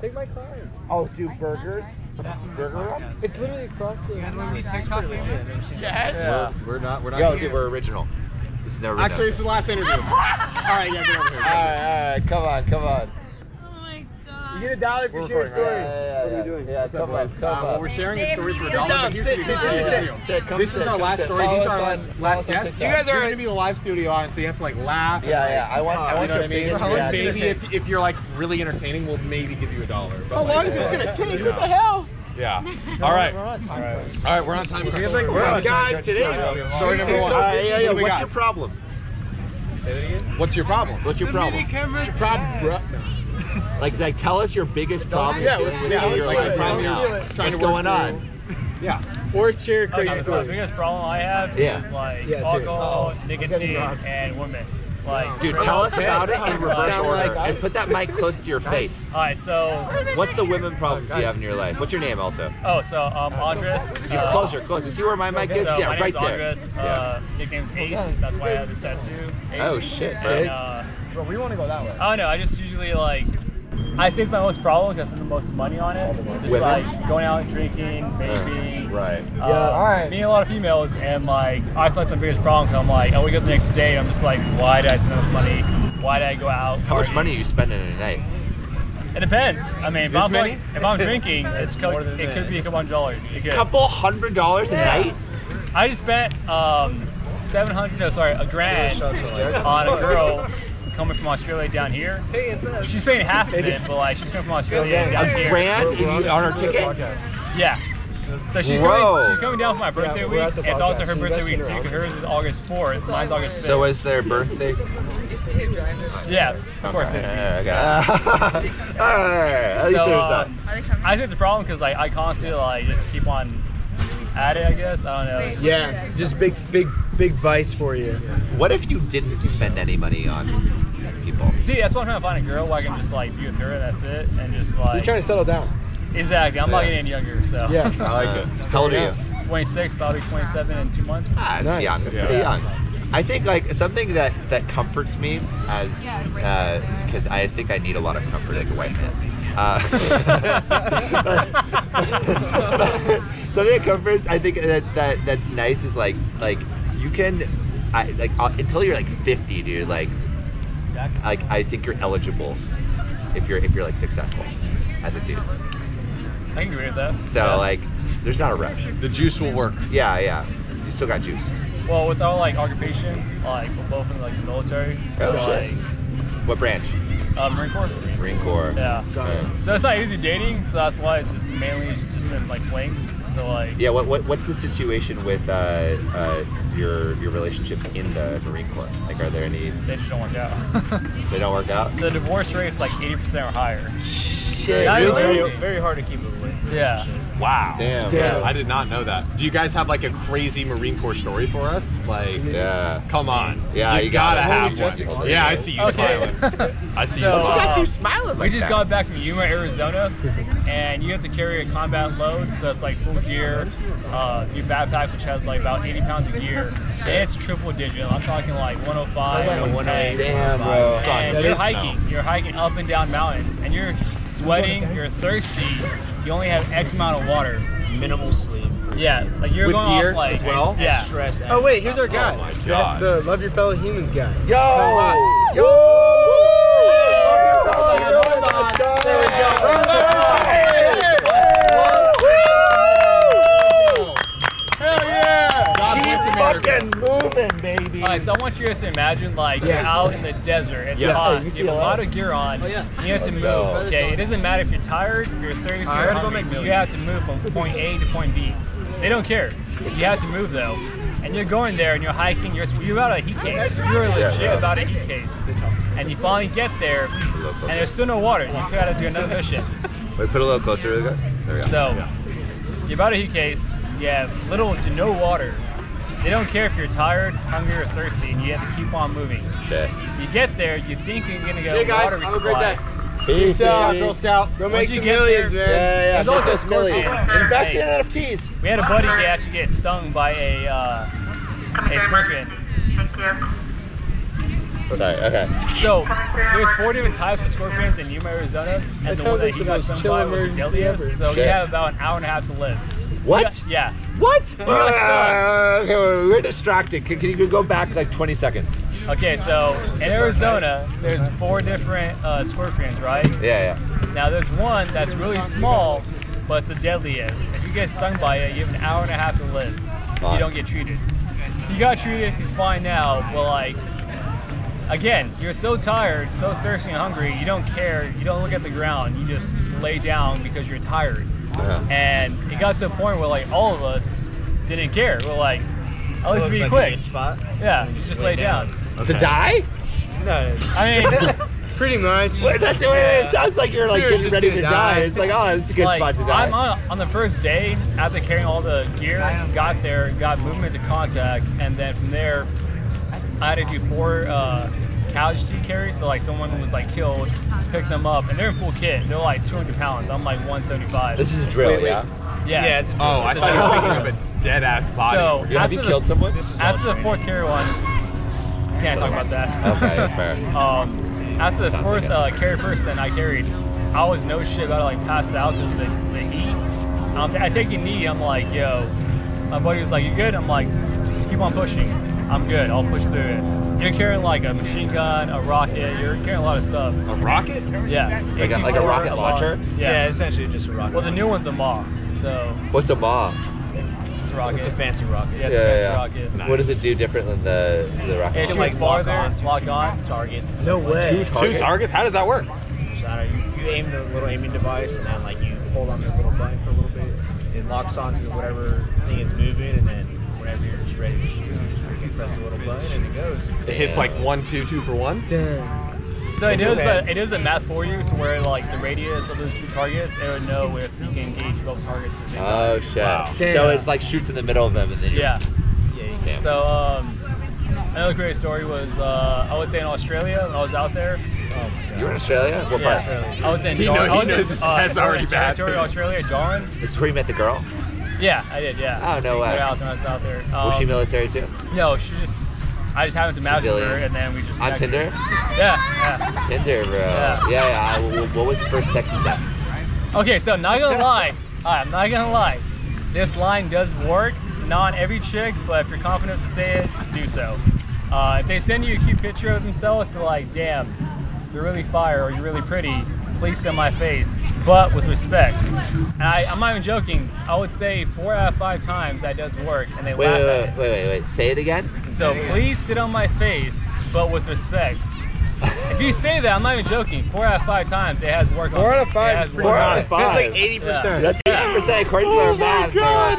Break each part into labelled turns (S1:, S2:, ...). S1: Take my card.
S2: Oh, do burgers? Burger up?
S1: It's literally across the.
S3: Yes.
S2: Yeah.
S4: We're, we're not. We're not.
S2: Yo,
S4: here.
S2: dude.
S4: We're original. This is never. been
S3: Actually, it's
S4: done.
S3: the last interview. All right, yeah, get over here.
S2: All right, all right, come on, come on.
S5: Oh my
S1: You
S5: god.
S1: get a dollar
S2: We're
S1: for sharing
S2: recording,
S1: a story.
S2: right? Yeah, yeah,
S1: what are
S2: yeah.
S1: you doing?
S2: Yeah, come on,
S3: Uh,
S2: come
S3: well,
S2: on.
S3: we're sharing a story for a
S5: Sit
S3: dollar.
S1: down,
S3: Here's
S1: sit,
S3: the-
S1: sit,
S3: here's the
S1: sit,
S3: interview.
S2: sit, sit, come
S3: This is
S2: sit,
S3: our
S2: come
S3: last
S2: sit. Oh,
S3: story. These
S2: Follow
S3: are our
S2: us on-
S3: last, last
S2: follow us on
S3: guests.
S2: TikTok.
S3: guys are going to be the live studio on, so you have to like laugh. and,
S2: Yeah,
S3: like,
S2: yeah, I want, I
S3: You
S2: want
S3: know what
S2: your
S3: I mean?
S2: biggest
S4: How long
S2: reaction.
S4: did it
S3: Maybe if, if you're like really entertaining, we'll maybe give you a dollar. But,
S1: How
S3: like,
S1: long is this gonna take? What the hell?
S3: Yeah.
S4: All right. All right. We're on time. We're like,
S2: We're on time.
S4: God, today's
S3: Story number one.
S4: So
S2: Uh,
S4: busy.
S2: yeah, yeah,
S4: What do we
S3: what's
S4: got?
S3: your
S4: problem?
S3: What's your problem?
S4: What's your problem?
S3: Prob- bro-
S4: Like, like, tell us your biggest problem.
S1: Yeah, let's-
S4: You're
S1: yeah,
S4: like,
S1: let's do it.
S4: problem now.
S3: Let's do it. Trying
S4: What's
S3: to work
S4: going on?
S3: Yeah.
S1: Or share
S6: Okay,
S1: crazy
S6: so the
S1: stories.
S6: biggest problem I have oh,
S4: Yeah.
S6: is like
S1: Yeah, it's here.
S6: alcohol, nicotine,
S1: robbed.
S6: and women. Like,
S4: Dude, tell us about it in reverse
S1: Sound
S4: order
S1: like us?
S4: and put that mic close to your face.
S6: all right, so
S4: What's the women problems you have in your life? What's your name also?
S6: oh, so um, Andres.
S4: You
S6: uh,
S4: closer, closer. See where my mic is?
S6: So
S4: Yeah,
S6: Uh, my
S4: right
S6: name's
S4: there.
S6: Andres.
S4: Yeah.
S6: Uh, nickname's Ace. That's why I have this tattoo. Ace.
S4: Oh shit,
S6: And,
S4: bro.
S6: uh,
S2: Bro, we want to go that way.
S6: I don't know. I just usually like. I think my most problem because I spend the most money on it. Just
S4: Women?
S6: like going out and drinking, vaping.
S4: Right.
S6: Uh,
S1: Yeah, all
S2: right.
S6: Meeting a lot of females, and like I feel like my biggest problem. 'cause I'm like, I wake up the next day, and I'm just like, why did I spend this money? Why did I go out?
S4: How much
S6: party?
S4: money are you spending in a night?
S6: It depends. I mean, if
S3: This
S6: I'm
S3: many?
S6: like, if I'm drinking, it's co- it could be a couple hundred dollars. It could.
S4: Couple hundred dollars a night?
S6: I just spent um, seven hundred. No, sorry, a grand on a girl coming from Australia down here. She's saying half of it, but like she's coming from Australia down
S4: A
S6: here.
S4: grand if you, on our ticket?
S6: Yeah. So she's
S4: Whoa.
S6: coming. She's coming down for my birthday
S2: Yeah, we're
S6: week.
S2: at the
S6: It's also
S2: podcast.
S6: her
S2: She
S6: birthday week too.
S2: invested in her
S6: 'cause hers is August fourth. Mine's August fifth.
S4: So is their birthday?
S6: yeah, of course.
S4: Okay,
S6: it is.
S4: okay. At least
S6: So,
S4: there's that.
S6: um,
S5: Are they coming?
S6: I think it's a problem because like I constantly like just keep on at it. I guess I don't know.
S5: Wait.
S1: Yeah, just big, big, big vice for you.
S4: What if you didn't spend any money on people?
S6: See, that's why I'm trying to find a girl where I can just like be with her. That's it, and just like
S1: You're trying to settle down.
S6: exactly. I'm not
S4: Yeah.
S6: getting any younger, so
S1: Yeah.
S4: I like it. Uh, How old are you?
S6: 26, probably 27 in two months.
S4: Ah, that's
S1: Nice.
S4: young. That's pretty young. I think like something that that comforts me as because I think I need a lot of comfort as a white man. Uh, something that comforts I think that, that that's nice is like like you can I like uh, until you're like 50, dude. Like like I think you're eligible if you're if you're like successful as a dude.
S6: I can agree with that.
S4: So like there's not a rush.
S3: The juice will work.
S4: Yeah, yeah. You still got juice.
S6: Well, with our like occupation, like we're both in like the military, so
S4: Oh,
S6: like
S4: shit. What branch?
S6: uh, Marine Corps.
S4: Marine Corps.
S6: Yeah.
S4: Uh,
S6: So it's not easy dating, so that's why it's just mainly it's just been like flings. So like
S4: Yeah, what, what what's the situation with uh, uh, your your relationships in the Marine Corps? Like, are there any
S6: they just don't work out.
S4: they don't work out?
S6: the divorce rate's like 80% or higher.
S4: Shit,
S6: Guys,
S4: really?
S1: hard to keep it away.
S6: Yeah.
S3: Wow.
S4: Damn.
S1: Damn.
S3: I did not know that. Do you guys have like a crazy Marine Corps story for us? Like,
S4: bro. Yeah.
S3: come on.
S4: Yeah, you gotta
S3: gotta
S4: have
S3: have
S4: one.
S3: one. Yeah, I see you
S6: Okay.
S3: smiling. I see
S6: So,
S3: you
S6: uh,
S3: smiling.
S6: got you
S4: smiling.
S6: We just got back from Yuma, Arizona, and you have to carry a combat load, so it's like full gear, uh, your backpack, which has like about 80 pounds of gear, and it's triple digit. I'm talking like 105, 110.
S4: Damn, bro.
S6: And
S3: oh That
S6: you're
S3: is
S6: hiking, you're hiking up and down mountains, and you're sweating, you're thirsty, you only have X amount of water.
S7: minimal sleep.
S6: Yeah, like you're
S3: With
S6: going
S3: gear
S6: off like
S3: as well?
S6: Yeah.
S7: Stress.
S1: Oh wait, here's our guy.
S3: my
S1: The-
S3: God.
S1: The, love your fellow humans guy.
S4: Yo! Yo! Let's go!
S1: There we go.
S6: God bless America.
S4: Fucking moving, baby.
S6: All right, so I want you guys to imagine like you're
S1: Yeah.
S6: out in the desert. It's
S4: Yeah.
S6: hot.
S4: Hey, you
S6: You,
S4: see
S6: have a
S4: that?
S6: lot of gear on.
S1: yeah.
S6: You have to move.
S4: go.
S6: Okay, it doesn't matter if you're tired, if you're thirsty,
S1: I
S6: or
S1: gotta go
S6: hungry.
S1: make
S6: you have to move from point A to point B. They don't care. You have to move though, and you're going there and you're hiking. You're you're about a heat case. You're legit
S4: yeah.
S6: about a heat case. And you finally get there, and there's still no water. You still got to do another mission.
S4: Wait, put it a little closer. Really good. There we go.
S6: So you're about a heat case. You have little to no water. They don't care if you're tired, hungry, or thirsty, and you have to keep on moving.
S4: Shit.
S6: You get there, you think you're gonna get
S1: Hey
S6: a
S1: guys,
S6: water
S1: have a
S6: supply.
S1: great day.
S4: Peace
S1: out,
S4: baby.
S1: Girl
S3: Scout.
S1: Go
S6: Once
S1: make
S6: you
S1: some
S6: get
S1: millions,
S6: there-
S1: man.
S4: Yeah, yeah.
S6: There's also
S4: Business
S6: scorpions.
S4: millions.
S6: in
S4: Invest in
S6: space.
S4: NFTs.
S6: We had a buddy that actually get stung by a uh, a scorpion.
S5: Thank you.
S4: Sorry. Okay.
S6: So there's four different types of scorpions in Yuma, Arizona, and
S1: That
S6: the one
S1: sounds
S6: that
S1: like
S6: he
S1: the
S6: got
S1: most
S6: stung
S1: chill
S6: by was the
S1: emergency ever.
S6: deadliest. So you
S4: Shit.
S6: have about an hour and a half to live.
S4: What?
S6: Yeah.
S4: What?
S6: got stuck.
S4: Ah, okay, we're, we're distracted. Can, can you go back like 20 seconds?
S6: yeah. Okay, so in Arizona, there's four different uh, scorpions, right?
S4: Yeah, yeah.
S6: Now there's one that's really small, but it's the deadliest. If you get stung by it, you have an hour and a half to live. You
S4: Fuck.
S6: don't get treated. You got treated, he's fine now, but like, again, you're so tired, so thirsty and hungry, you don't care, you don't look at the ground, you just lay down because you're tired.
S4: Yeah.
S6: And it got to a point where like all of us didn't care. We're like, at least be quick.
S5: spot.
S6: Yeah, you just
S5: Lay
S6: lay, down.
S5: down.
S4: To die?
S5: No.
S6: I mean,
S1: Pretty much.
S4: Wait, that's the way it sounds like you're like
S1: You're
S4: getting
S1: just
S4: ready
S1: gonna
S4: to die.
S1: die.
S4: It's like, oh, it's a good
S6: like,
S4: spot to die.
S6: I'm on, on the first day after carrying all the gear, got there, got movement to contact, and then from there, I had to do four uh, casualty carries. So like someone was like killed, picked them up, and they're in full kit. They're like 200 pounds. I'm like 175.
S4: this is a drill,
S3: Wait, wait.
S4: yeah?
S6: yeah.
S5: Yeah, it's a
S3: Oh, I thought you were thinking of a dead ass body.
S6: so
S4: Have
S6: after
S4: you
S6: the,
S4: killed someone?
S6: after the fourth carry one, can't talk about that.
S4: okay, fair.
S6: Um, after the
S4: Sounds
S6: fourth
S4: like
S6: uh, carry person I carried, I was no shit about to like pass out because of the, the heat. Um, I take a knee, I'm like, yo, my buddy was like, you good? I'm like, just keep on pushing. I'm good, I'll push through it. You're carrying like a machine gun, a rocket, you're carrying a lot of stuff.
S3: a rocket?
S6: Yeah.
S4: Like a- like a
S6: AT-4,
S4: rocket
S6: Maw.
S4: launcher?
S5: Yeah.
S6: Yeah.
S5: essentially just a rocket.
S6: Well, the new one's a maw, so
S4: What's a maw?
S6: it's, it's a
S5: It's a-
S6: rocket.
S5: It's a fancy rocket.
S6: Yeah, it's
S4: Yeah, yeah.
S6: a fancy rocket.
S4: What does it do different than the,
S5: You
S4: the rocket?
S6: It
S4: launcher?
S5: can,
S6: shoots
S5: like, lock
S6: farther,
S5: on to
S6: lock on.
S5: Targets.
S1: No
S5: Like, two
S1: way.
S3: Two targets? How does that work?
S5: I don't know, you, you aim the little aiming device, and then like you hold on the little button for a little bit. It locks onto whatever thing is moving, and then whenever you're just ready to shoot, you just freaking press the little button, and it goes.
S3: It hits like one, two, two for one.
S1: Damn.
S6: So it does the
S5: Depends.
S6: it does the math for you to where like the radius of those two targets, it would know if you can engage both targets. at the same time.
S4: Oh, shit.
S3: Wow.
S4: So
S1: Damn.
S4: it like shoots in the middle of them and then you
S6: Yeah.
S5: Yeah.
S4: Yeah.
S6: So um, another great story was uh, I would say in Australia I was out there.
S5: Oh my god.
S4: You're in Australia? What
S6: Yeah.
S4: part?
S6: I was in
S3: He
S6: Darwin.
S3: know- he
S6: I was
S3: knows
S6: in,
S3: his
S6: uh,
S3: dad's already
S6: Northern
S3: bad.
S6: Territory, Australia, Darwin.
S4: This is where you met the girl?
S6: Yeah, I did. Yeah.
S4: Oh, no
S6: I
S4: way.
S6: was out when I was out there.
S4: Was she
S6: Um,
S4: military too?
S6: No, she just. I just happened to match with her,
S4: Civilian.
S6: and then we just
S4: On
S6: connected.
S4: Tinder?
S6: Yeah, yeah.
S4: Tinder, bro.
S6: Yeah.
S4: Yeah, yeah. I- wh- what was the first text you sent?
S6: Okay, so not gonna lie, I'm not gonna lie. This line does work. Not every chick, but if you're confident to say it, do so. Uh, if they send you a cute picture of themselves, be like, damn, you're really fire or you're really pretty. Please send my face, but with respect. And I, I'm not even joking. I would say four out of five times that does work, and they
S4: Wait,
S6: laugh
S4: wait, wait,
S6: at
S4: wait, wait, wait. Say it again.
S6: it. So please sit on my face, but with respect. If you say that, I'm not even joking. Four out of five times, it has worked. on-
S1: Four out of
S6: it
S1: five
S6: has
S1: is
S6: worked
S1: pretty
S6: on-
S1: high.
S4: That's like
S6: Yeah.
S4: That's eighty percent according to our math. bro.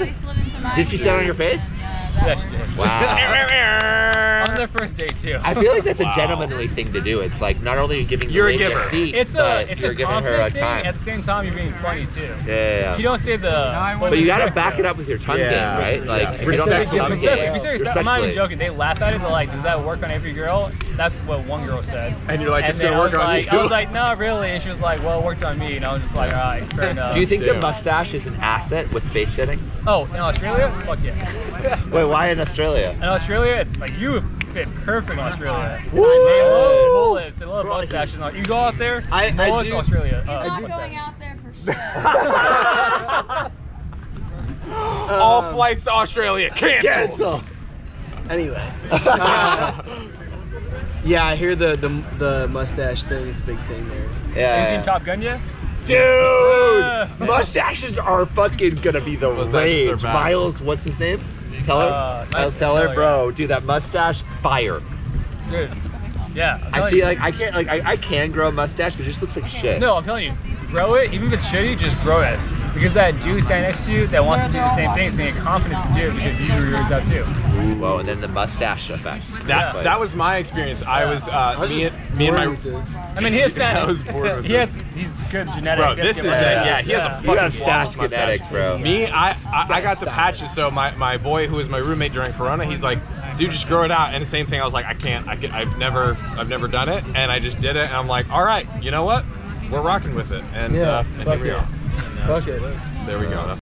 S4: Did she sit on your face?
S6: Yeah, she did.
S4: Wow.
S6: On their first date too.
S4: I feel like that's a
S3: Wow.
S4: gentlemanly thing to do. It's like not only are you giving the
S3: You're a
S4: lady
S3: giver.
S4: seat,
S6: It's a
S4: but
S6: it's
S4: you're
S6: a
S4: giving her
S6: conflict
S4: a
S6: thing. At
S4: time.
S6: the same time, you're being funny too.
S4: Yeah, yeah,
S6: You
S4: yeah.
S6: don't say the.
S4: But you gotta back it up with your tongue
S3: Yeah.
S4: game, right?
S3: Yeah.
S4: Like if you don't have
S1: Respectfully.
S4: tongue
S6: Respect,
S4: game,
S6: if you say respect, I'm not even
S4: respectfully.
S6: joking. They laugh at it. They're like, "Does that work on every girl?" That's what one girl said.
S3: And you're like,
S6: and
S3: it's
S6: then
S3: gonna
S6: I was
S3: work on
S6: like,
S3: you.
S6: I was like, "No, really." And she was like, "Well, it worked on me." And I was just like, "All right, fair enough."
S4: Do you think the
S3: Dude.
S4: mustache is an asset with face sitting?
S6: Oh, in Australia? Fuck yeah.
S4: Wait, why in Australia?
S6: In Australia, it's like you fit perfect in Australia.
S4: Woo!
S6: They love mullets. They love mustaches. You go out there,
S1: I- I
S6: mullets,
S1: do-
S6: Australia.
S7: He's
S6: Uh,
S7: not
S6: mustache.
S7: going out there for shit.
S6: "Oh."
S3: All
S1: Um,
S3: flights to Australia canceled.
S4: Cancel.
S1: Anyway. Uh, yeah, I hear the, the the mustache thing is a big thing there.
S6: Have you
S4: Yeah.
S6: seen Top Gun yet?
S4: Dude, mustaches are fucking gonna be the
S3: Mustaches are
S4: rage.
S3: back.
S4: Miles, what's his name? Teller.
S6: Uh,
S4: Miles
S6: Miles
S4: Teller,
S6: Teller,
S4: bro, dude, that mustache, fire.
S6: Dude. Yeah. I'm
S4: I
S6: telling
S4: see,
S6: you.
S4: like, I can't, like, I, I can grow a mustache, but it just looks like shit.
S6: No, I'm telling you, grow it. Even if it's shitty, just grow it. Because that dude standing next to you that wants to do the same thing is gonna get confidence to do it because you grew yours out too.
S4: Whoa, and then the mustache effect.
S3: That,
S4: That's
S3: that was my experience. I was, uh,
S1: was
S3: me,
S1: just
S3: and, me and my.
S1: bored with this.
S6: I mean, he has
S3: I
S6: that.
S3: was bored with
S6: He
S3: this.
S6: has. He's good genetics.
S3: Bro,
S6: He has
S3: this is
S6: good
S3: a,
S6: genetics.
S3: yeah, he has a
S6: Yeah.
S3: fucking
S4: You got
S3: flawless
S4: stash
S3: mustache.
S4: genetics, bro.
S3: Me, I, I, I got the patches. So my, my boy, who was my roommate during Corona, he's like, dude, just grow it out. And the same thing, I was like, I can't, I can, I've never, I've never done it, and I just did it, and I'm like, all right, you know what? We're rocking with it, and
S1: Yeah,
S3: uh, and
S1: fuck
S3: here we
S1: it.
S3: are.
S1: Fuck it.
S3: There we go. That's